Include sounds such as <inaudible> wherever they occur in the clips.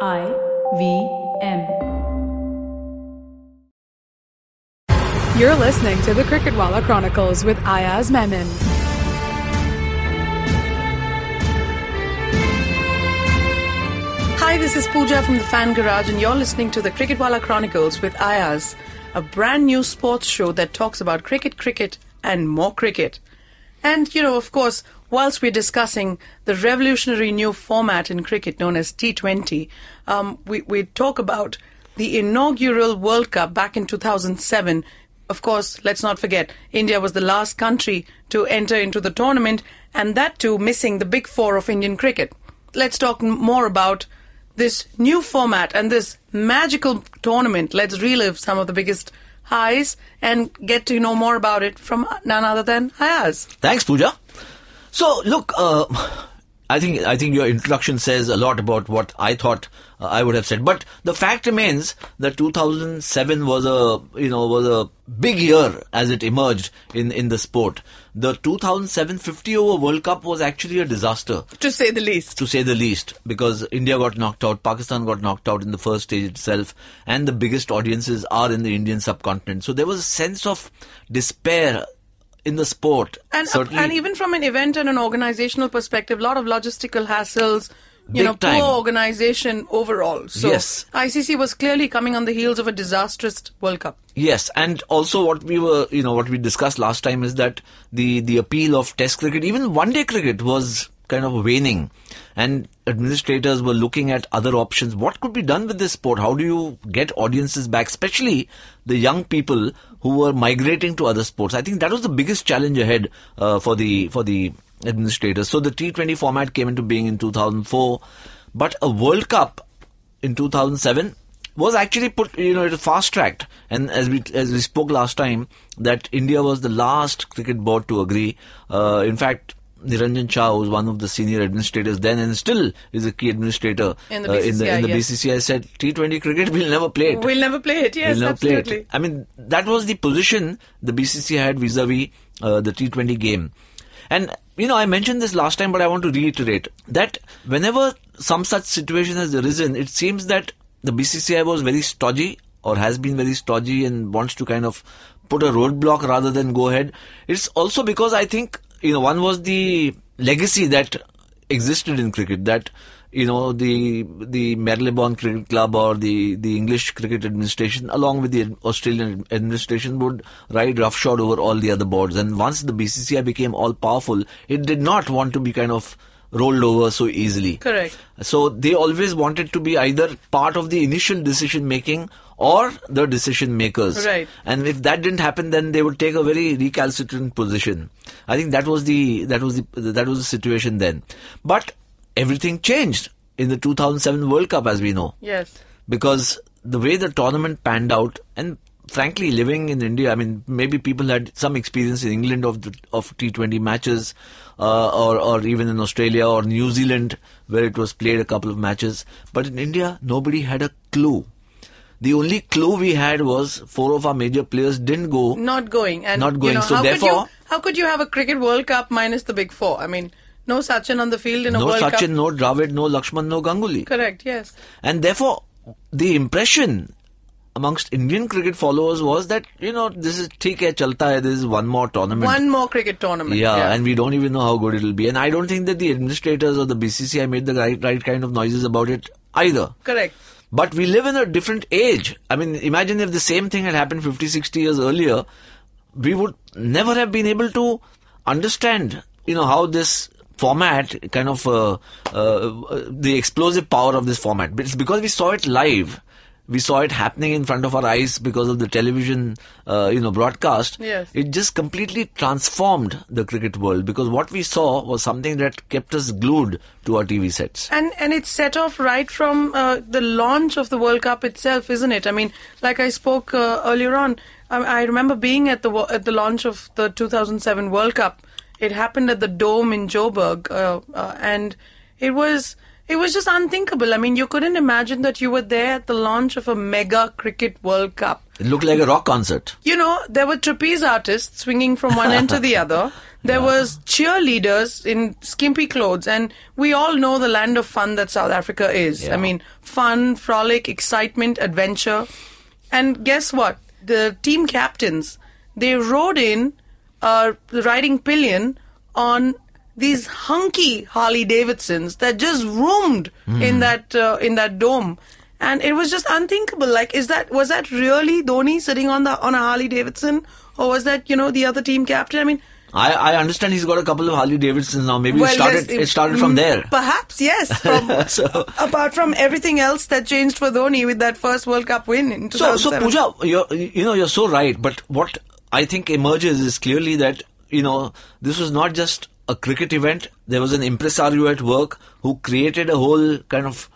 I V M. You're listening to the Cricketwala Chronicles with Ayaz Menon. Hi, this is Pooja from the Fan Garage, and you're listening to the Cricketwala Chronicles with Ayaz, a brand new sports show that talks about cricket, cricket, and more cricket. And, you know, of course, whilst we're discussing the revolutionary new format in cricket known as T20, um, we, we talk about the inaugural World Cup back in 2007. Of course, let's not forget, India was the last country to enter into the tournament, and that too missing the big four of Indian cricket. Let's talk m- more about this new format and this magical tournament. Let's relive some of the biggest highs and get to know more about it from none other than Ayaz. Thanks, Pooja. So, look, uh, I think I think your introduction says a lot about what I thought uh, I would have said. But the fact remains that 2007 was a you know was a big year as it emerged in in the sport. The 2007 50 over World Cup was actually a disaster To say the least. to say the least, because India got knocked out, Pakistan got knocked out in the first stage itself, and the biggest audiences are in the Indian subcontinent. So there was a sense of despair in the sport. And, uh, certainly. and even from an event and an organizational perspective, a lot of logistical hassles, you Big know, time. poor organization overall. So Yes. ICC was clearly coming on the heels of a disastrous World Cup. Yes, and also what we were, you know, what we discussed last time is that the the appeal of Test cricket, even one day cricket, was kind of waning, and administrators were looking at other options. What could be done with this sport? How do you get audiences back, especially the young people who were migrating to other sports? I think that was the biggest challenge ahead uh, for the for the administrators. So the T20 format came into being in 2004, but a World Cup in 2007 was actually put you know it was fast tracked and as we as we spoke last time that india was the last cricket board to agree uh, in fact niranjan shah was one of the senior administrators then and still is a key administrator uh, In the in the, in the BCCI, yes. bcci said t20 cricket will never play it We'll never play it. Yes, will now play it. absolutely. I mean, that was the position the BCC had vis-a-vis uh, the T20 game. And, you know, I mentioned this last time, but I want to reiterate that whenever some such situation has arisen, it seems that the BCCI was very stodgy or has been very stodgy and wants to kind of put a roadblock rather than go ahead. It's also because I think, you know, one was the legacy that existed in cricket that you know the the Marylebone Cricket Club or the the English Cricket Administration along with the Australian administration would ride roughshod over all the other boards and once the BCCI became all powerful it did not want to be kind of rolled over so easily Correct. so they always wanted to be either part of the initial decision making or the decision makers Right. and if that didn't happen then they would take a very recalcitrant position i think that was the that was the that was the situation then but everything changed in the 2007 world cup as we know Yes. because the way the tournament panned out and frankly living in india i mean maybe people had some experience in england of the, of t20 matches uh, or or even in australia or new zealand where it was played a couple of matches but in india nobody had a clue the only clue we had was four of our major players didn't go Not going. And, Not you going. know, So how therefore- Could you, how could you have a cricket World Cup minus the big four? I mean, no Sachin on the field in a no World sachin Cup. no dravid no lakshman no ganguly Correct, yes. And therefore, the impression amongst Indian cricket followers was that, you know, this is theek hai, chalta hai, this is one more tournament. One more cricket tournament. yeah, and we don't even know how good it'll be. And I don't think that the administrators or the BCCI made the right, right kind of noises about it either. Correct. But we live in a different age. I mean, imagine if the same thing had happened 50, 60 years earlier, we would never have been able to understand, you know, how this format kind of uh, uh, the explosive power of this format. But it's because we saw it live. We saw it happening in front of our eyes because of the television, uh, you know, broadcast. Yes. It just completely transformed the cricket world because what we saw was something that kept us glued to our TV sets. And and it's set off right from uh, the launch of the World Cup itself, isn't it? I mean, like I spoke uh, earlier on, I, I remember being at the wo- at the launch of the 2007 World Cup. It happened at the Dome in Joburg, uh, uh, and it was It was just unthinkable. I mean, you couldn't imagine that you were there at the launch of a mega cricket World Cup. It looked like a rock concert. You know, there were trapeze artists swinging from one end to the other. There was cheerleaders in skimpy clothes, and we all know the land of fun that South Africa is. Yeah. I mean, fun, frolic, excitement, adventure. And guess what? The team captains they rode in, uh, riding pillion on these hunky Harley Davidsons that just roamed in that uh, in that dome. And it was just unthinkable. Like, is that was that really Dhoni sitting on the on a Harley Davidson, or was that you know the other team captain? I mean, I, I understand he's got a couple of Harley Davidsons now. Maybe it started there's- it started from there. mm, Perhaps <laughs> yes. From, So- apart from everything else that changed for Dhoni with that first World Cup win in So, so 2007. Pooja, you're, you know, you're so right. But what I think emerges is clearly that, you know, this was not just a cricket event. There was an impresario at work who created a whole kind of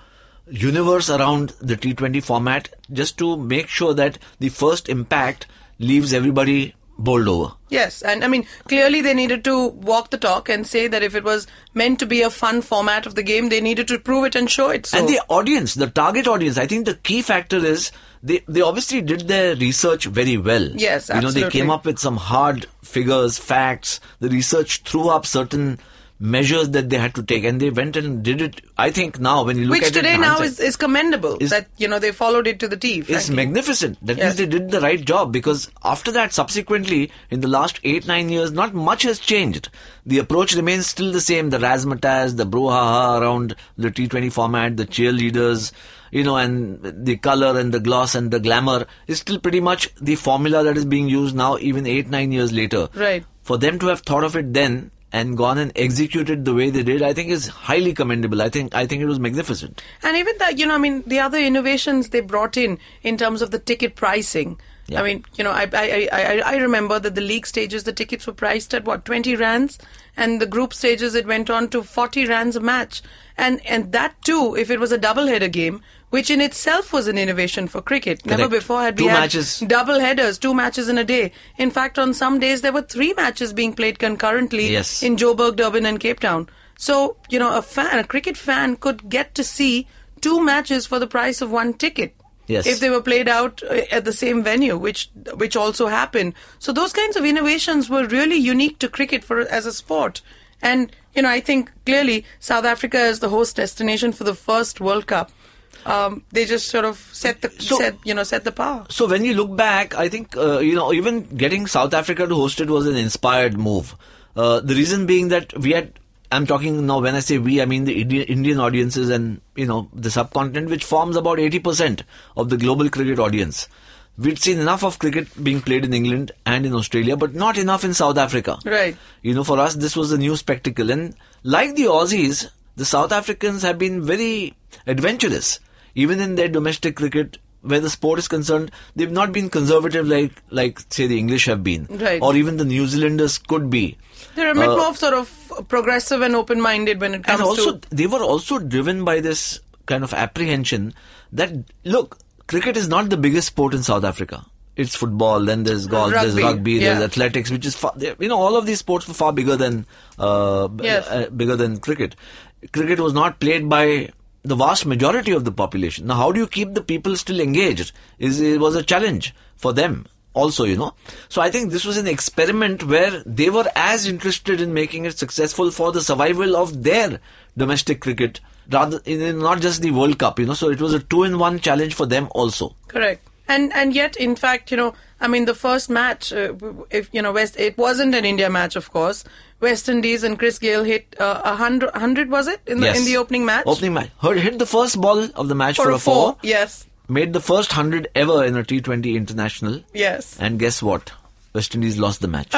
universe around the T20 format just to make sure that the first impact leaves everybody bowled over. Yes, and I mean clearly they needed to walk the talk and say that if it was meant to be a fun format of the game, they needed to prove it and show it. So And the audience, the target audience, I think the key factor is they, they obviously did their research very well. Yes, You know, they came absolutely. up with some hard figures, facts. The research threw up certain measures that they had to take, and they went and did it. I think now, when you look which at it, today in now hindsight, is, is commendable Is- that you know they followed it to the T. it's frankly. magnificent. That Yes. means they did the right job because after that, subsequently, in the last eight, nine years, not much has changed. The approach remains still the same. The razzmatazz, the brouhaha around the T20 format, the cheerleaders, you know, and the color and the gloss and the glamour is still pretty much the formula that is being used now, even eight, nine years later. Right. For them to have thought of it then and gone and executed the way they did, I think is highly commendable. I think I think it was magnificent. And even that, you know, I mean, the other innovations they brought in in terms of the ticket pricing. Yeah. I mean, you know, I, I, I, I- I remember that the league stages, the tickets were priced at what, 20 rands? And the group stages, it went on to 40 rands a match. And, and that too, if it was a double header game, which in itself was an innovation for cricket. Never Correct. before had we Two had matches. double headers, two matches in a day. In fact, on some days, there were three matches being played concurrently Yes. in Joburg, Durban, and Cape Town. So, you know, a fan, a cricket fan could get to see two matches for the price of one ticket. Yes. If they were played out uh, at the same venue, which which also happened. So those kinds of innovations were really unique to cricket for as a sport. And you know, I think clearly South Africa is the host destination for the first World Cup. Um, they just sort of set the So- set, you know set the power. So when you look back, I think uh, you know even getting South Africa to host it was an inspired move. Uh, the reason being that we had. I'm talking now when I say we, I mean the Indian, Indian audiences and you know the subcontinent, which forms about 80% of the global cricket audience. We'd seen enough of cricket being played in England and in Australia, but not enough in South Africa. Right. You know, for us, this was a new spectacle. And like the Aussies, the South Africans have been very adventurous, even in their domestic cricket. Where the sport is concerned, they've not been conservative like, like say, the English have been, Right. or even the New Zealanders could be. They're a bit Uh, more sort of progressive and open-minded when it comes and also, to they were also driven by this kind of apprehension that look, cricket is not the biggest sport in South Africa. It's football, then there's golf, there's Rugby, rugby, yeah. there's athletics, which is far, they- you know all of these sports were far bigger than uh, b- Yes. uh, bigger than cricket. Cricket was not played by the vast majority of the population. Now, how do you keep the people still engaged? Is it was a challenge for them also, you know. So I think this was an experiment where they were as interested in making it successful for the survival of their domestic cricket, rather in, in not just the World Cup, you know. So it was a two-in-one challenge for them also. Correct. And and yet, in fact, you know, I mean, the first match, uh, w- if you know, West, it wasn't an India match, of course. West Indies and Chris Gale hit uh, a hundred, hundred was it in the in the opening match? Opening match. Hurt- Hit the first ball of the match for, for a four. four. Yes, made the first 100 ever in a T20 international. yes. And guess what? West Indies lost the <laughs> match.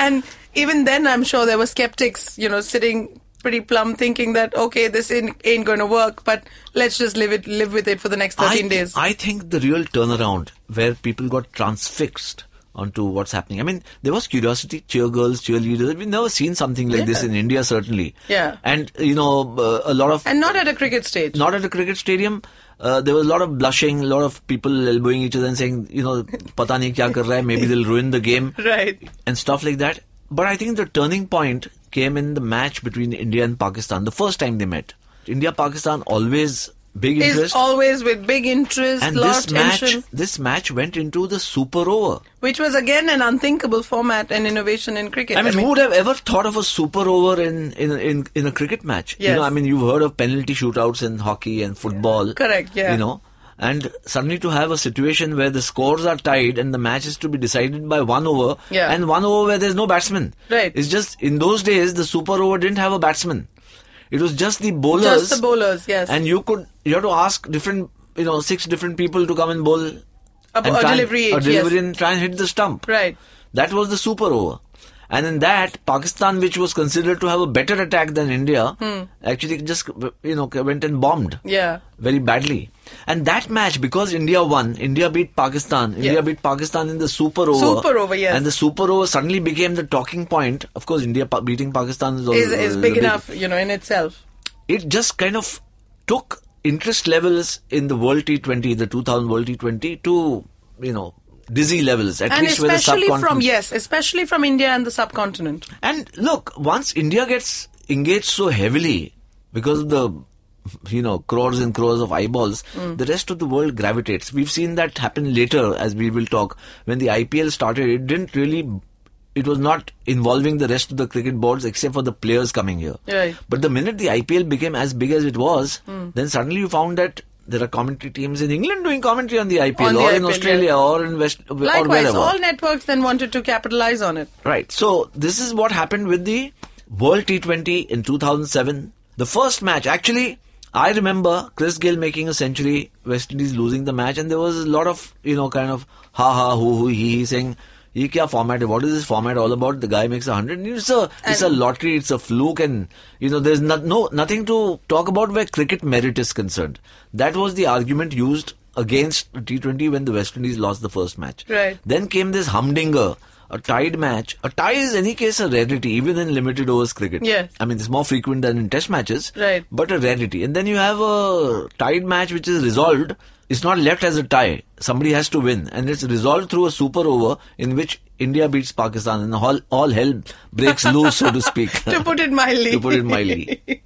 And even then, I'm sure there were skeptics, you know, sitting pretty plumb, thinking that okay, this ain't, ain't going to work, but let's just live it, live with it for the next I, thirteen days. I think the real turnaround where people got transfixed onto what's happening. I mean, there was curiosity, cheer girls, cheerleaders. We've never seen something like this in India, certainly. Yeah. And, you know, uh, a lot of. and not at a cricket stage. not at a cricket stadium. Uh, there was a lot of blushing, a lot of people elbowing each other and saying, you know, <laughs> <laughs> pata nahi kya kar raha hai, maybe they'll ruin the game. Right. and stuff like that. But I think the turning point came in the match between India and Pakistan, the first time they met. India Pakistan always big Is interest. always with big interest, and lot this match, tension, this match went into the super over. which was again an unthinkable format and innovation in cricket. I mean, who would have ever thought of a super over in in in, in a cricket match? You know, Yes. I mean, you've heard of penalty shootouts in hockey and football. Correct, yeah. You know, and suddenly to have a situation where the scores are tied and the match is to be decided by one over, Yeah. and one over where there's no batsman. Right. It's just in those days the super over didn't have a batsman. It was just the bowlers. Just the bowlers, yes. And you could you have to ask different you know six different people to come and bowl A- and a try and- delivery a each, delivery yes. and try and hit the stump. Right. That was the super over. And in that, Pakistan, which was considered to have a better attack than India, actually just you know went and bombed Hmm. Yeah. very badly. And that match, because India won, India beat Pakistan. India beat Pakistan in the super over. Super over, yes. And the super over suddenly became the talking point. Of course, India pa- beating Pakistan is, al- is is uh, big the enough, you know, in itself. it just kind of took interest levels in the World T20, the 2000 World T20, to you know dizzy levels. At And least with the especially from subcontinent. yes, especially from India and the subcontinent. And look, once India gets engaged so heavily because of the you know crores and crores of eyeballs, Hmm. the rest of the world gravitates. We've seen that happen later, as we will talk. When the IPL started, it didn't really. It was not involving the rest of the cricket boards except for the players coming here. Right. Hmm. But the minute the IPL became as big as it was, then suddenly you found that there are commentary teams in England doing commentary on the IPL On the or in IPL, yeah. Australia or in West or Likewise, wherever. all networks then wanted to capitalize on <laughs> it. Right. So this is what happened with the World T20 in 2007. The first match, actually, I remember Chris Gill making a century, West Indies losing the match, and there was a lot of you know kind of ha ha hoo hoo he he saying. "Ye kya format? hai? What is this format all about? The guy makes a hundred. It's a it's a And- lottery. It's a fluke, and you know there's not, no nothing to talk about where cricket merit is concerned. That was the argument used against T20 when the West Indies lost the first match. Right. Then came this humdinger, a tied match. A tie is any case a rarity, even in limited overs cricket. Yes. I mean, it's more frequent than in test matches. Right. But a rarity. And then you have a tied match which is resolved. It's not left as a tie. Somebody has to win. And it's resolved through a super over in which India beats Pakistan and all, all hell breaks loose, so to speak. <laughs> To put it mildly. To put it <laughs> mildly.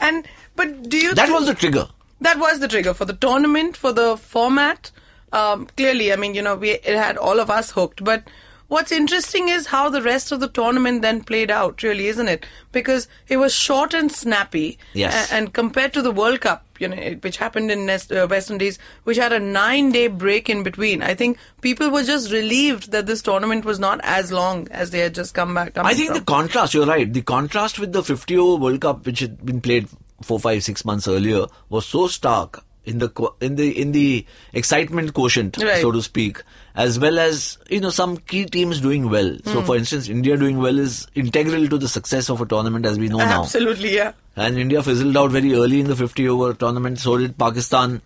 and but do you That think- was the trigger. that was the trigger for the tournament for the format um, clearly i mean you know we it had all of us hooked but what's interesting is how the rest of the tournament then played out really isn't it because it was short and snappy Yes. a- and compared to the world cup you know it- which happened in Nest, uh, west indies which had a 9 day break in between i think people were just relieved that this tournament was not as long as they had just come back I think the contrast, you're right, the contrast with the 50 over World Cup, which had been played four, five, six months earlier, was so stark in the qu- in the in the excitement quotient, Right. so to speak, as well as you know some key teams doing well. Hmm. So, for instance, India doing well is integral to the success of a tournament as we know now. absolutely yeah And India fizzled out very early in the 50 over tournament. So did Pakistan.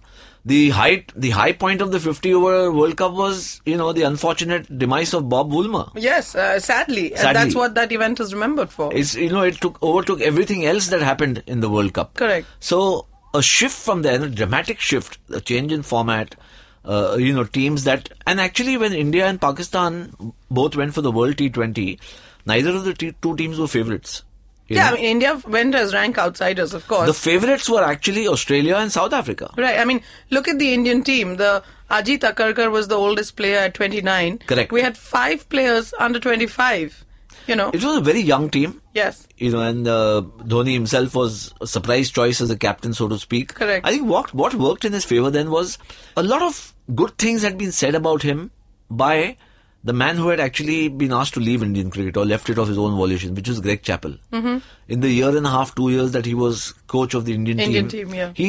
The height, the high point of the 50 over World Cup was, you know, the unfortunate demise of Bob Woolmer. yes uh, sadly. and Sadly. that's what that event is remembered for It's you know it took overtook everything else that happened in the World Cup. Correct. So a shift from there, a dramatic shift, a change in format. Uh, you know teams that and actually when India and Pakistan both went for the World T20, neither of the t- two teams were favourites. you Yeah, know. I mean, India went as rank outsiders, of course. the favourites were actually Australia and South Africa. right. I mean, look at the Indian team. The Ajit Akarkar was the oldest player at 29. Correct. We had five players under 25. You know. It was a very young team. yes. You know, and uh, Dhoni himself was a surprise choice as a captain, so to speak. Correct. I think what what worked in his favor then was a lot of good things had been said about him by the man who had actually been asked to leave Indian cricket or left it of his own volition, which was Greg Chappell. Mm-hmm. In the year and a half, two years that he was coach of the Indian, Indian team, yeah. he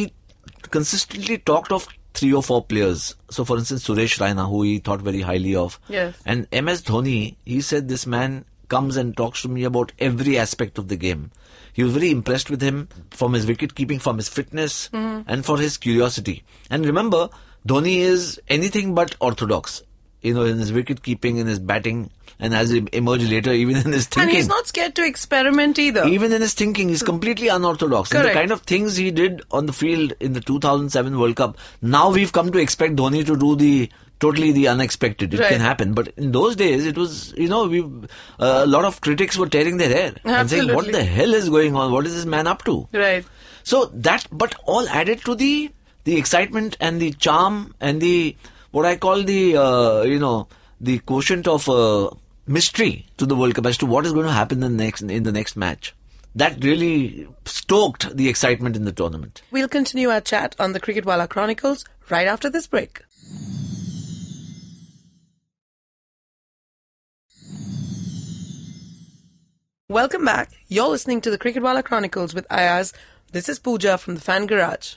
consistently talked of three or four players. So, for instance, Suresh Raina, who he thought very highly of. Yes. And MS Dhoni, he said this man comes and talks to me about every aspect of the game. He was very impressed with him from his wicket keeping, from his fitness, Mm-hmm. and for his curiosity. And remember, Dhoni is anything but orthodox. You know, in his wicket keeping, in his batting, and as he emerged later, even in his thinking. And he's not scared to experiment either. Even in his thinking, he's completely unorthodox. And the Correct. kind of things he did on the field in the 2007 World Cup, now we've come to expect Dhoni to do the totally the unexpected. It Right. can happen. But in those days, it was, you know, we uh, a lot of critics were tearing their hair and saying, what Absolutely. the hell is going on? What is this man up to? Right. So that, but all added to the the excitement and the charm and the what I call the uh, you know the quotient of uh, mystery to the World Cup as to what is going to happen in the next in the next match. That really stoked the excitement in the tournament. We'll continue our chat on the Cricketwala Chronicles right after this break. Welcome back. You're listening to the Cricketwala Chronicles with Ayaz. This is Pooja from the Fan Garage.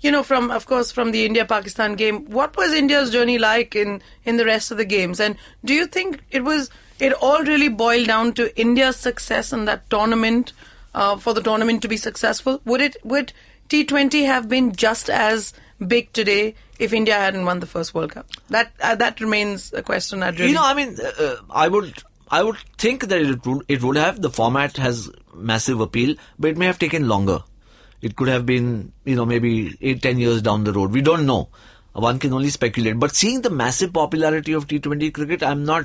You know, from of course, from the India-Pakistan game, what was India's journey like in in the rest of the games? And do you think it was it all really boiled down to India's success in that tournament uh, for the tournament to be successful? Would it would T20 have been just as big today if India hadn't won the first World Cup? That uh, that remains a question. I'd really You know, I mean, uh, uh, I would, I would think that it would, it would have. The format has massive appeal, but it may have taken longer. It could have been, you know, maybe eight, ten years down the road. We don't know. One can only speculate. But seeing the massive popularity of T20 cricket, I'm not,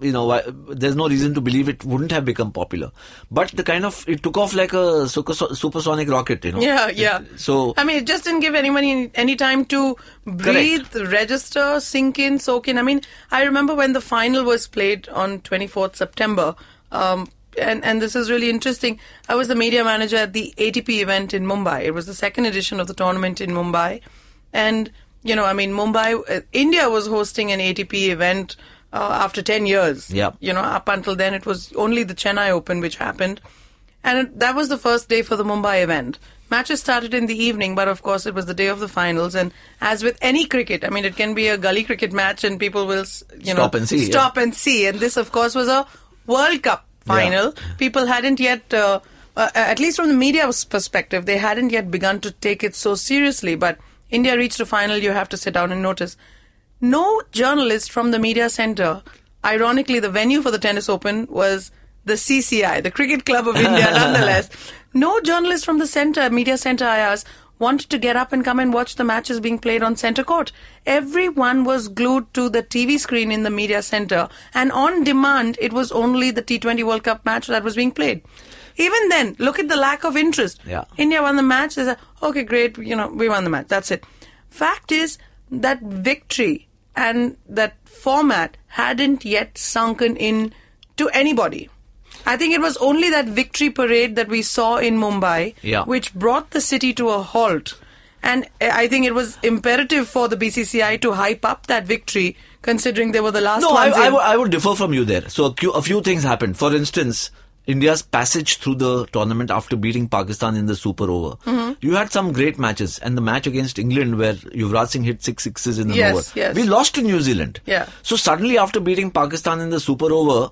you know, why, there's no reason to believe it wouldn't have become popular. But the kind of it took off like a super, supersonic rocket, you know. Yeah, It- yeah. so I mean, it just didn't give anybody any, any time to breathe, register, sink in, soak in. I mean, I remember when the final was played on 24th September. Um, and, and this is really interesting. I was the media manager at the ATP event in Mumbai. It was the second edition of the tournament in Mumbai. And, you know, I mean, Mumbai, uh, India was hosting an ATP event uh, after 10 years. Yeah. You know, up until then, it was only the Chennai Open which happened. And it- that was the first day for the Mumbai event. Matches started in the evening, but of course it was the day of the finals. And as with any cricket, I mean, it can be a gully cricket match, and people will, s- you know, Stop and see, yeah. stop and see. And this, of course, was a World Cup final. People hadn't yet, uh, uh, at least from the media's perspective, they hadn't yet begun to take it so seriously. But India reached a final. You have to sit down and notice. No journalist from the media center. Ironically, the venue for the tennis open was the CCI, the Cricket Club of India, nonetheless. No journalist from the center, media center, I asked, wanted to get up and come and watch the matches being played on center court. Everyone was glued to the TV screen in the media center, and on demand, it was only the T20 World Cup match that was being played. Even then, look at the lack of interest. Yeah. India won the match. They said, okay, great, you know, we won the match. That's it. Fact is that victory and that format hadn't yet sunken in to anybody. I think it was only that victory parade that we saw in Mumbai, Yeah. which brought the city to a halt. And eh, I think it was imperative for the BCCI to hype up that victory, considering they were the last No, I, ones. I uh, in. would- I would differ from you there. So a few, a few things happened. For instance, India's passage through the tournament after beating Pakistan in the super over. Mm-hmm. You had some great matches, and the match against England where Yuvraj Singh hit six sixes in an Yes, over. yes. We lost to New Zealand. Yeah. So suddenly, after beating Pakistan in the super over,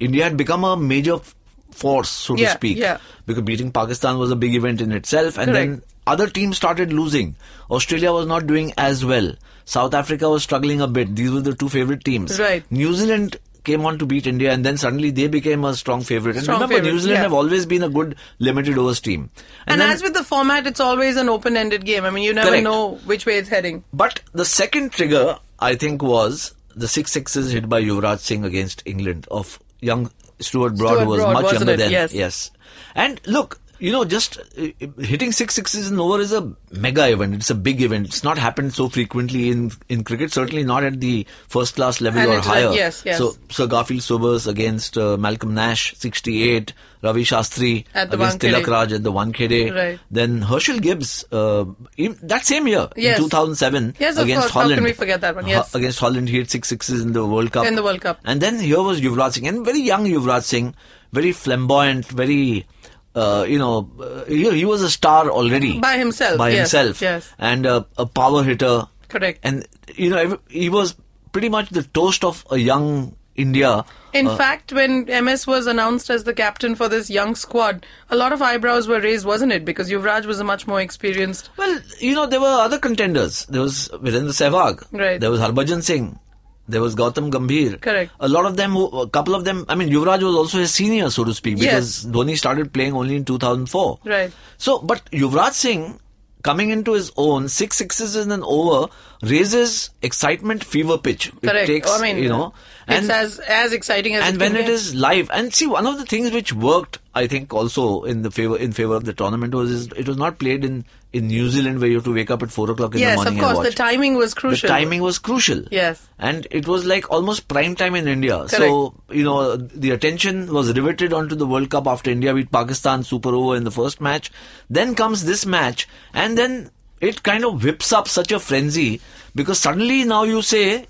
India had become a major f- force, so Yeah, to speak. yeah. Because beating Pakistan was a big event in itself, and then Correct. other teams started losing. Australia was not doing as well. South Africa was struggling a bit. These were the two favorite teams. Right. New Zealand came on to beat India, and then suddenly they became a strong favorite. And Strong remember, favourite, New Zealand yeah. have always been a good limited overs team. and then- as with the format, it's always an open ended game. I mean, you never Correct. know which way it's heading. But the second trigger, I think, was the six sixes hit by Yuvraj Singh against England of young Stuart Broad, Stuart who was Broad, much wasn't younger it? than. Yes. And look, you know, just uh, uh, hitting six sixes in an over is a mega event. It's a big event. It's not happened so frequently in, in cricket, certainly not at the first class level And or it's like- higher. yes, yes. So, Sir Garfield Sobers against uh, Malcolm Nash, 68. Ravi Shastri At the against Wankhede. Tilak Raj at the 1K Right. Then Herschel Gibbs, uh, in, that same year, Yes. in 2007, Yes, of against course. How Holland. can we forget that one? Ho- Yes. against Holland, he hit six sixes in the World Cup. In the World Cup. And then here was Yuvraj Singh, and very young Yuvraj Singh, very flamboyant, very, uh, you know, uh, he, he was a star already. By himself, By yes, himself. yes. And uh, a power hitter. Correct. And, you know, ev- he was pretty much the toast of a young India. In fact, when MS was announced as the captain for this young squad, a lot of eyebrows were raised, wasn't it? Because Yuvraj was a much more experienced. Well, you know, there were other contenders. There was Virendra Sehwag. Right. There was Harbhajan Singh. There was Gautam Gambhir. Correct. A lot of them, who- a couple of them, I mean, Yuvraj was also his senior, so to speak, Yes. because Dhoni started playing only in 2004. Right. So, but Yuvraj Singh coming into his own, six sixes in an over raises excitement fever pitch. Correct. Oh, It takes, I mean, you know, it's as as exciting as. and it when can it get. is live and see one of the things which worked i think also in the favor in favor of the tournament was is it was not played in in new zealand where you have to wake up at four o'clock in the yes, morning of course, and the watch. timing was crucial. The timing was crucial. Yes. And it was like almost prime time in India. So, you know, the attention was riveted onto the World Cup after India beat Pakistan super over in the first match. Then comes this match, and then it kind of whips up such a frenzy because suddenly now you say.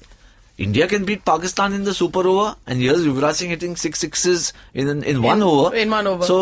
India can beat Pakistan in the super over, and here's Yuvraj Singh hitting six sixes in in, in one over. in one over. So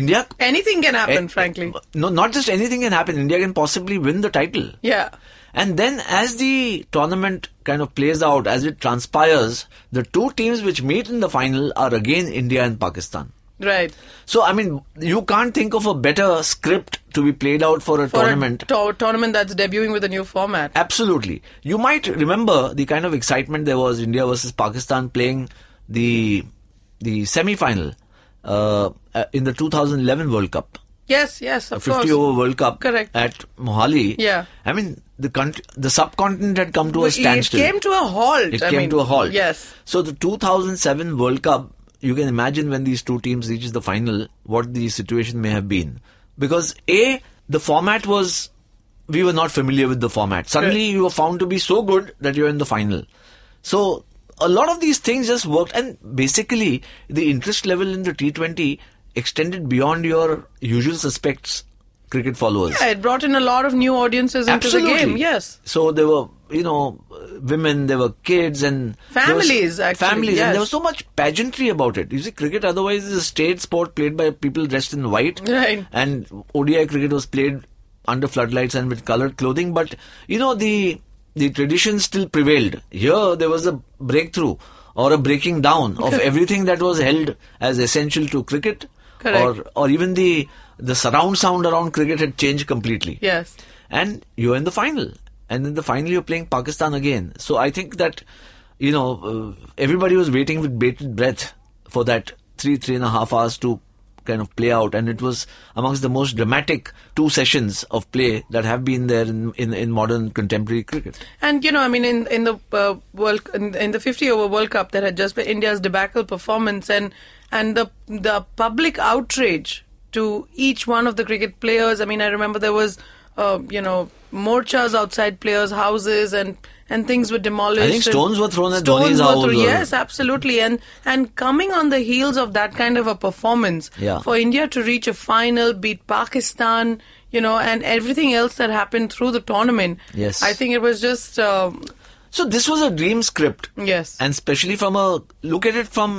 India Anything can happen, Eh, frankly. No, not just anything can happen. India can possibly win the title. Yeah. And then as the tournament kind of plays out, as it transpires, the two teams which meet in the final are again India and Pakistan. Right. So, I mean, you can't think of a better script to be played out for a For tournament a to- tournament that's debuting with a new format. Absolutely. You might remember the kind of excitement there was India versus Pakistan playing the the semi final uh, uh, in the 2011 World Cup. Yes, yes, of 50 course. over World Cup Correct. at Mohali. Yeah. I mean, the country, the subcontinent had come to a It standstill. came to a halt. It I came mean, to a halt. Yes. So the 2007 World Cup, you can imagine when these two teams reaches the final, what the situation may have been. Because A, the format was, we were not familiar with the format. Suddenly you were found to be so good that you're in the final. So a lot of these things just worked. And basically, the interest level in the T20 extended beyond your usual suspects cricket followers. Yeah, it brought in a lot of new audiences into Absolutely. the game. Yes. So there were, you know, uh, women, there were kids and there was- Families, actually, families, yes. and there was so much pageantry about it. You see, cricket otherwise is a state sport played by people dressed in white, Right. And ODI cricket was played under floodlights and with colored clothing, but you know the the tradition still prevailed. Here there was a breakthrough or a breaking down of everything that was held as essential to cricket, Correct. or or even the the surround sound around cricket had changed completely Yes. and you're in the final and in the final you're playing pakistan again so i think that you know uh, everybody was waiting with bated breath for that three three and a half hours to kind of play out and it was amongst the most dramatic two sessions of play that have been there in in, in modern contemporary cricket And you know, I mean, in in the uh, world in, in the 50 over World Cup that had just been India's debacle performance, and and the the public outrage to each one of the cricket players. I mean, I remember there was, uh, you know, morchas outside players' houses, and and things were demolished. I think and stones were thrown at stones Dhoni's were house thrown- or- Yes, absolutely. And and coming on the heels of that kind of a performance, Yeah. for India to reach a final, beat Pakistan. You know, and everything else that happened through the tournament. Yes. I think it was just um, so this was a dream script Yes. and especially from a look at it from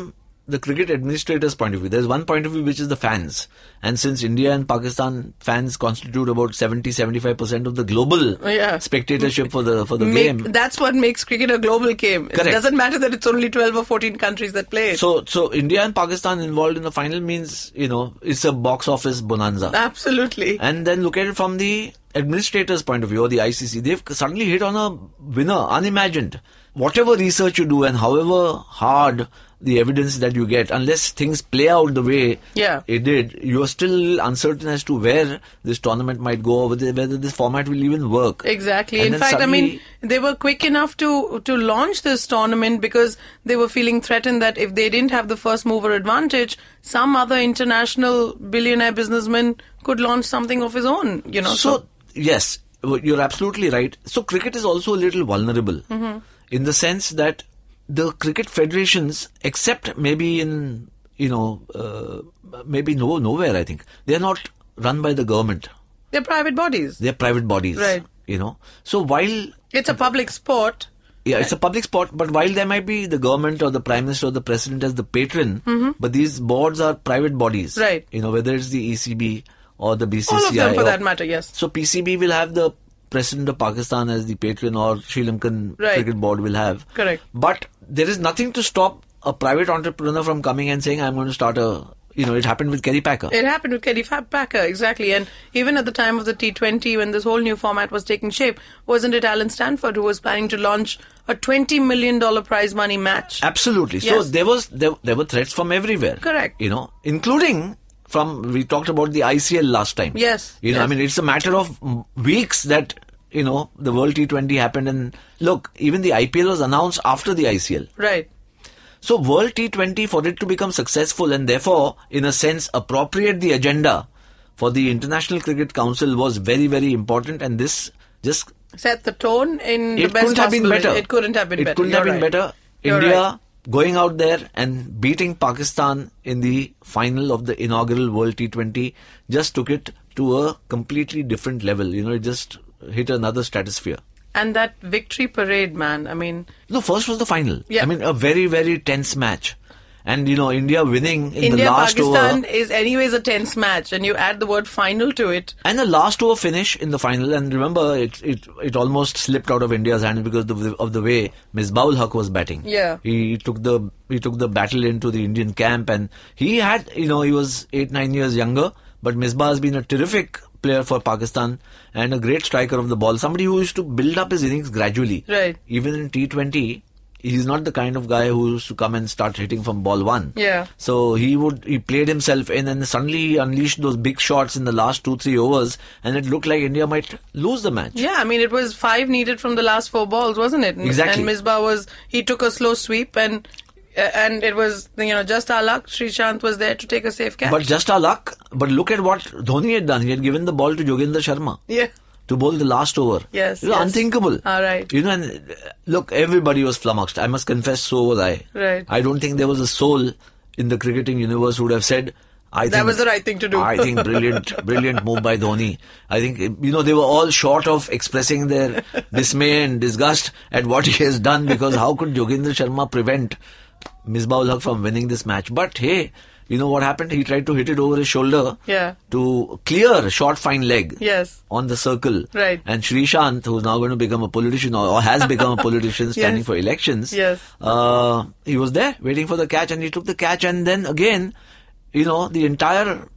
the cricket administrator's point of view there's one point of view which is the fans and since india and pakistan fans constitute about 70 75% of the global Oh, Yeah. spectatorship for the for the game make, that's what makes cricket a global game. It Correct. doesn't matter that it's only 12 or 14 countries that play it. so so india and pakistan involved in the final means you know it's a box office bonanza Absolutely. and then look at it from the administrator's point of view or the ICC. They've suddenly hit on a winner unimagined. Whatever research you do and however hard the evidence that you get, unless things play out the way Yeah. it did, you're still uncertain as to where this tournament might go or whether, whether this format will even work. Exactly. And In then fact, I mean, suddenly- they were quick enough to to launch this tournament because they were feeling threatened that if they didn't have the first mover advantage, some other international billionaire businessman could launch something of his own. You know. So, yes, w- you're absolutely right. So, cricket is also a little vulnerable Mm-hmm. in the sense that the cricket federations, except maybe in, you know, uh, maybe no, nowhere, I think, they're not run by the government. they're private bodies. They're private bodies. Right. You know? So, while It's a public sport. yeah, it's a public sport, but while there might be the government or the prime minister or the president as the patron, but these boards are private bodies. Mm-hmm. Right. You know, whether it's the ECB or the BCCI. All of them, for or- that matter. Yes. So PCB will have the president of Pakistan as the patron, or Sri Lankan Right. cricket board will have. Correct. But there is nothing to stop a private entrepreneur from coming and saying, "I'm going to start a." You know, it happened with Kerry Packer. It happened with Kelly Fab Packer, exactly. And even at the time of the T20, when this whole new format was taking shape, wasn't it Alan Stanford who was planning to launch a $20 million prize money match? Absolutely. So Yes. there was there, there were threats from everywhere. Correct. You know, including from we talked about the ICL last time. Yes, You know, I yes. mean, it's a matter of mm, weeks that you know the World T20 happened, and look, even the IPL was announced after the ICL. Right. So World T20 for it to become successful and therefore in a sense appropriate the agenda for the International Cricket Council was very very important and this just Set the tone in the it best couldn't have been possible way. better. It couldn't have been It better. couldn't have You're been right. better. You're India right. going out there and beating Pakistan in the final of the inaugural World T20 just took it to a completely different level. You know, it just hit another stratosphere. And that victory parade, man. I mean, No, first was the final. Yeah. I mean, a very, very tense match. And, you know, India winning in the India last Pakistan over. is anyways a tense match, and you add the word final to it. And the last over finish in the final. And remember, it it, it almost slipped out of India's hands because of the, of the way Misbaul Haq was batting. Yeah. He took the he took the battle into the Indian camp. And he had, you know, he was 8, 9 years younger. But Misbah has been a terrific player for Pakistan and a great striker of the ball. Somebody who used to build up his innings gradually. Right. Even in T20, he's not the kind of guy who used to come and start hitting from ball one. Yeah. So he would he played himself in, and suddenly he unleashed those big shots in the last two three overs, and it looked like India might lose the match. Yeah, I mean, it was five needed from the last four balls, wasn't it? And- Exactly. And Misbah was he took a slow sweep, and uh, and it was you know just our luck. Srishant was there to take a safe catch. But just our luck. But look at what Dhoni had done. He had given the ball to Jogendra Sharma. yeah, To bowl the last over. Yes, It was yes. unthinkable. All right. You know, and uh, look, everybody was flummoxed. I must confess, so was I. Right. I don't think there was a soul in the cricketing universe who would have said, I That think, was the right thing to do. I think brilliant, brilliant move by Dhoni. I think, you know, they were all short of expressing their dismay and disgust at what he has done because how could Jogendra Sharma prevent Misbah Haq from winning this match? But hey, you know what happened? He tried to hit it over his shoulder Yeah. to clear short fine leg Yes. on the circle. Right. And Shrishant, who's now going to become a politician or, or has become <laughs> a politician standing Yes. for elections, Yes. uh, he was there waiting for the catch and he took the catch. And then again, you know, the entire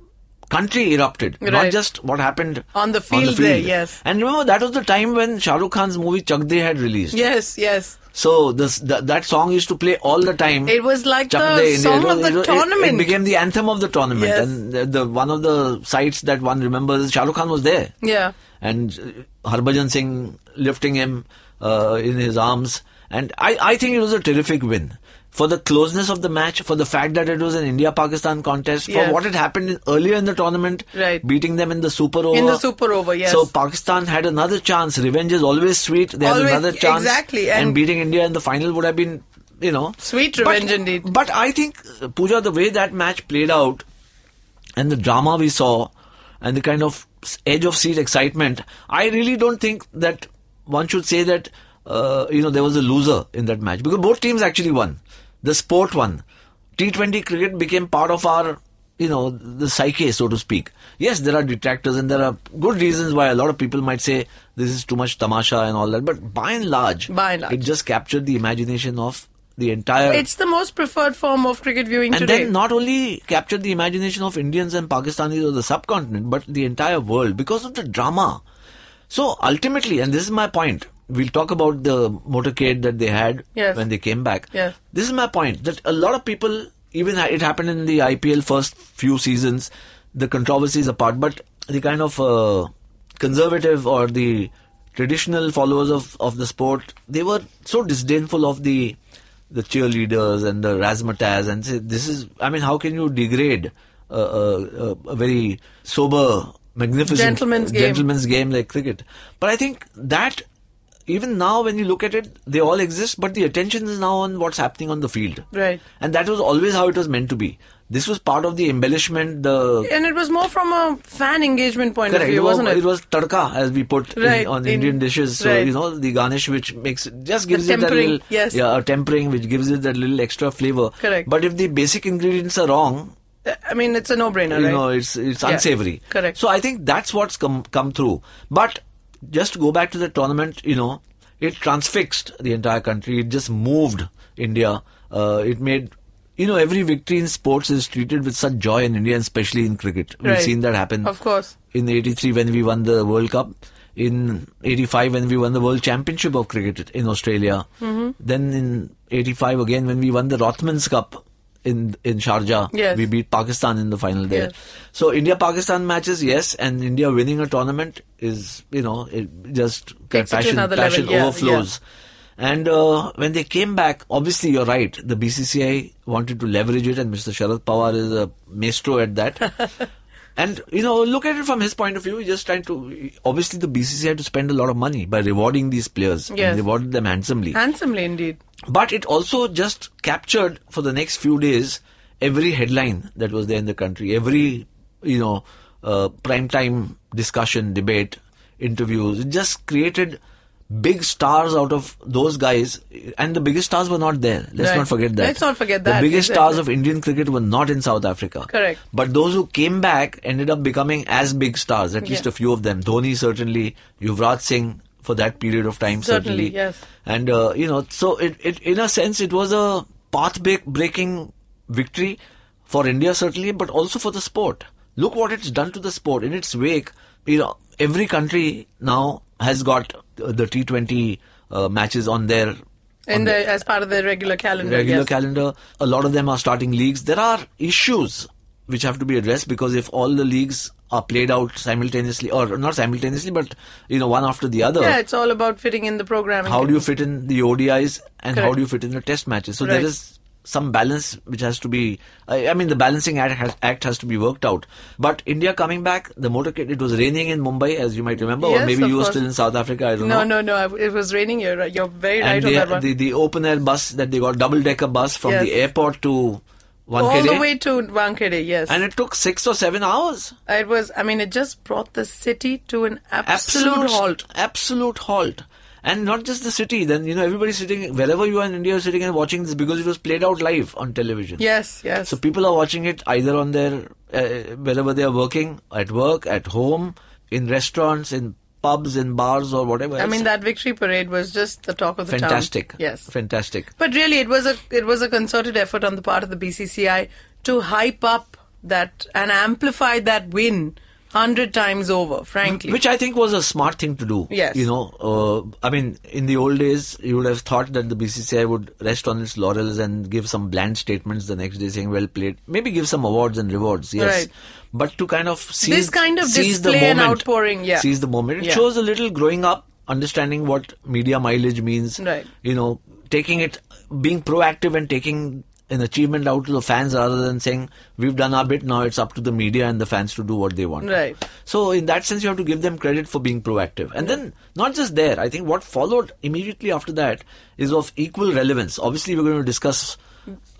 country erupted. Not Right. just what happened On the field there, yes. And remember, that was the time when Shah Rukh Khan's movie Chak De had released. yes, yes. So this th- that song used to play all the time. It was like the Day India. song It was- of the it was- it- It tournament. became the anthem of the tournament, Yes. and the, the one of the sites that one remembers, Shah Rukh Khan was there. Yeah. and uh, Harbhajan Singh lifting him uh, in his arms, and I I think it was a terrific win. For the closeness of the match, for the fact that it was an India-Pakistan contest, for Yeah. what had happened in, earlier in the tournament, Right. beating them in the super over, the super over, yes. So Pakistan had another chance. Revenge is always sweet. They had Always- another chance, exactly, and and- beating India in the final would have been, you know, Sweet But- revenge indeed. But I think uh, Pooja, the way that match played out, and the drama we saw, and the kind of s- edge of seat excitement, I really don't think that one should say that uh, you know there was a loser in that match because both teams actually won. The sport won. T20 cricket became part of our you know the psyche so to speak yes there are detractors and there are good reasons why a lot of people might say this is too much tamasha and all that but by and large By and large. it just captured the imagination of the entire It's the most preferred form of cricket viewing and today. then not only captured the imagination of Indians and Pakistanis of the subcontinent, but the entire world because of the drama. So ultimately, and this is my point, we'll talk about the motorcade that they had Yes. when they came back. Yes. This is my point that a lot of people, even ha- it happened in the IPL first few seasons, the controversies apart, but the kind of uh, conservative or the traditional followers of, of the sport, they were so disdainful of the the cheerleaders and the razzmatazz and say this is I mean how can you degrade a, a, a- a very sober magnificent Gentleman's game. gentleman's game like cricket but I think that even now when you look at it they all exist but the attention is now on what's happening on the field Right. and that was always how it was meant to be this was part of the embellishment the and it was more from a fan engagement point Correct. of view, it, was, wasn't it? it was tadka, as we put in- Right, on in- Indian dishes. So right. you know the garnish, which makes just gives it that tempering, little yes. yeah, a tempering, which gives it that little extra flavor. Correct. But if the basic ingredients are wrong, Uh, I mean, it's a no-brainer, you right? know it's it's Yeah, unsavory. correct. So I think that's what's come come through. But just to go back to the tournament, you know, it transfixed the entire country. It just moved India. Uh, it made you know every victory in sports is treated with such joy in India, and especially in cricket. We've Right. seen that happen. Of course. In '83 when we won the World Cup. In 85 when we won the World Championship of Mm-hmm. Cricket in Australia. Then in 85 again when we won the Rothmans Cup in in Sharjah. Yes. We beat Pakistan in the final there. Yes. So India Pakistan matches, yes, and India winning a tournament is you know it just Takes it to passion another passion level, yeah, overflows. And uh, when they came back, obviously you're right. The BCCI wanted to leverage it, and Mr. Sharad Pawar is a maestro at <laughs> that. and you know, look at it from his point of view. He's just trying to obviously the BCCI had to spend a lot of money by rewarding these players. and Yes. rewarded them handsomely. Handsomely indeed. But it also just captured for the next few days every headline that was there in the country, every you know uh, prime time discussion, debate, interviews. It just created big stars out of those guys, and the biggest stars were not there. Let's Right. not forget that. Let's not forget The that, biggest exactly. stars of Indian cricket were not in South Africa. Correct. But those who came back ended up becoming as big stars. At least Yeah. a few of them. Dhoni certainly, Yuvraj Singh for that period of time Certainly, yes. and uh, you know so it, it in a sense it was a path break- breaking victory for india certainly but also for the sport look what it's done to the sport in its wake you know every country now has got uh, the t20 uh, matches on their on And the, as part of their regular calendar. regular yes. calendar. A lot of them are starting leagues. There are issues which have to be addressed because if all the leagues are played out simultaneously, or not simultaneously, but you know one after the other, yeah, it's all about fitting in the programming. how do you fit in the ODIs and how Correct. do you fit in the test matches? So Right. there is some balance which has to be. I, I mean, the balancing act has, act has to be worked out. But India coming back, the motorcade. It was raining in Mumbai, as you might remember, or Yes, maybe of you were course. still in South Africa. I don't No, know. no, no. I- It was raining. You're right. You're very right And on they, that one. the the open air bus that they got double decker bus from the Yes. airport to all Wankhede, the way to Wankhede, yes. Uh, and it took six or seven hours. it was, I mean, it just brought the city to an absolute, absolute halt. Absolute halt. And not just the city, then, you know, everybody's sitting, wherever you are in India, you're sitting and watching this because it was played out live on television. Yes, yes. So people are watching it either on their, uh, wherever they are working, at work, at home, in restaurants, in pubs, in bars, or whatever. I else. mean, that victory parade was just the talk of the fantastic. town. Yes. Fantastic. But really, it was a it was a concerted effort on the part of the BCCI to hype up that and amplify that win hundred times over. Frankly, Which I think was a smart thing to do. Yes. You know, uh, I mean, in the old days, you would have thought that the BCCI would rest on its laurels and give some bland statements the next day saying, well played. Maybe give some awards and rewards, yes. Right. But to kind of seize, This kind of seize the display and moment, outpouring, yeah. Seize the moment. It Yeah. shows a little growing up, understanding what media mileage means. Right. You know, taking it, being proactive and taking an achievement out to the fans rather than saying we've done our bit now it's up to the media and the fans to do what they want Right. so in that sense, you have to give them credit for being proactive. And then not just there, I think what followed immediately after that is of equal relevance. Obviously, we're going to discuss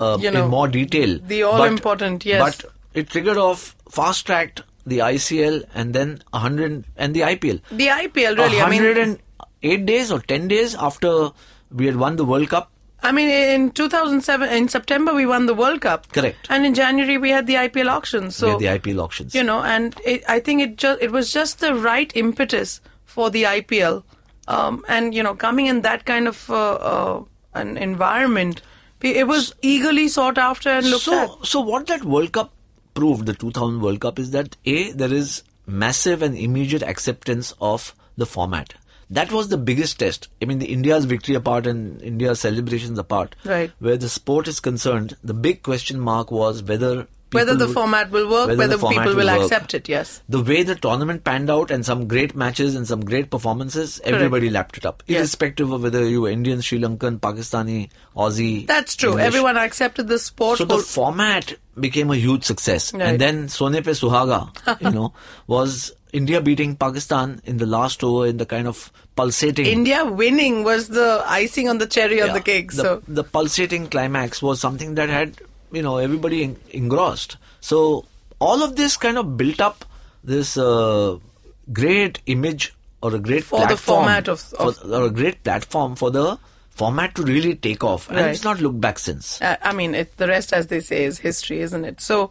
uh, You know, in more detail the all important, yes. But it triggered off fast tracked the ICL and then 100 and the IPL. the IPL really. I mean, 108 days or 10 days after we had won the World Cup. I mean, in 2007, in September, we won the World Cup. Correct. And in January, we had the IPL auction. we So had the IPL auctions. you know, and it, I think it just it was just the right impetus for the IPL, um, and you know, coming in that kind of uh, uh, an environment, it it was eagerly sought after and looked so, at. So what that World Cup proved, the 2000 World Cup, is that A, there is massive and immediate acceptance of the format. That was the biggest test. I mean, the India's victory apart and India's celebrations apart. Right. Where the sport is concerned, the big question mark was whether Whether people the would- format will work, whether, the format people will work. accept it, yes. The way the tournament panned out and some great matches and some great performances, everybody lapped it up, Yes. irrespective of whether you were Indian, Sri Lankan, Pakistani, Aussie. That's true. English. Everyone accepted the sport. So the whole- format became a huge success, Right. and then Sone Pe <laughs> Suhaga, you know, was India beating Pakistan in the last over in the kind of pulsating. India winning was the icing on the cherry on Yeah, the cake. So the pulsating climax was something that had you know everybody en- engrossed. So all of this kind of built up this uh, great image or a great For the platform format of- for- of- or a great platform for the format to really take off, and Right. it's not looked back since. Uh, I mean, it, the rest, as they say, is history, isn't it? So,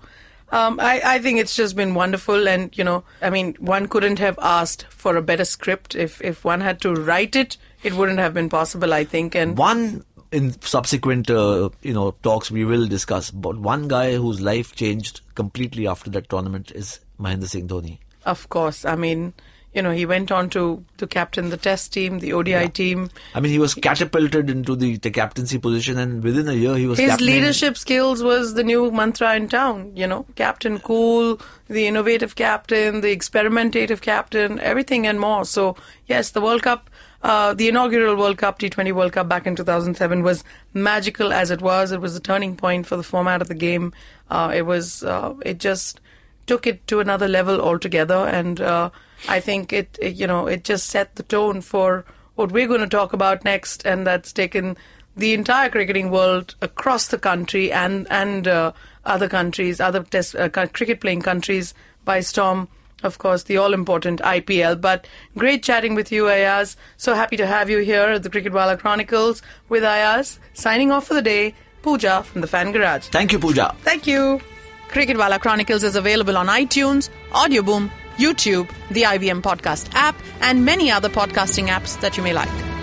um, I, I think it's just been wonderful. And, you know, I mean, one couldn't have asked for a better script. If, if one had to write it, it wouldn't have been possible, I think. And one in subsequent uh, you know talks we will discuss but one guy whose life changed completely after that tournament is Mahendra Singh Dhoni of course, I mean, you know, he went on to, to captain the Test team, the ODI team. I mean, he was catapulted into the, the captaincy position, and within a year, he was His captaining- leadership skills was the new mantra in town. You know, Captain Cool, the innovative captain, the experimentative captain, everything and more. So yes, the World Cup, uh, the inaugural World Cup, T20 World Cup back in 2007 was magical as it was. It was a turning point for the format of the game. Uh, it was. Uh, it just took it to another level altogether, and uh, I think it, it. You know, it just set the tone for what we're going to talk about next, and that's taken the entire cricketing world across the country and and uh, other countries, other test uh, cricket playing countries by storm. Of course, the all important IPL. But great chatting with you, Ayaz. So happy to have you here at the Cricketwala Chronicles with Ayaz. Signing off for the day, Pooja from the Fan Garage. Thank you, Pooja. Thank you. Cricketwala Chronicles is available on iTunes, Audioboom, YouTube, the IBM Podcast app, and many other podcasting apps that you may like.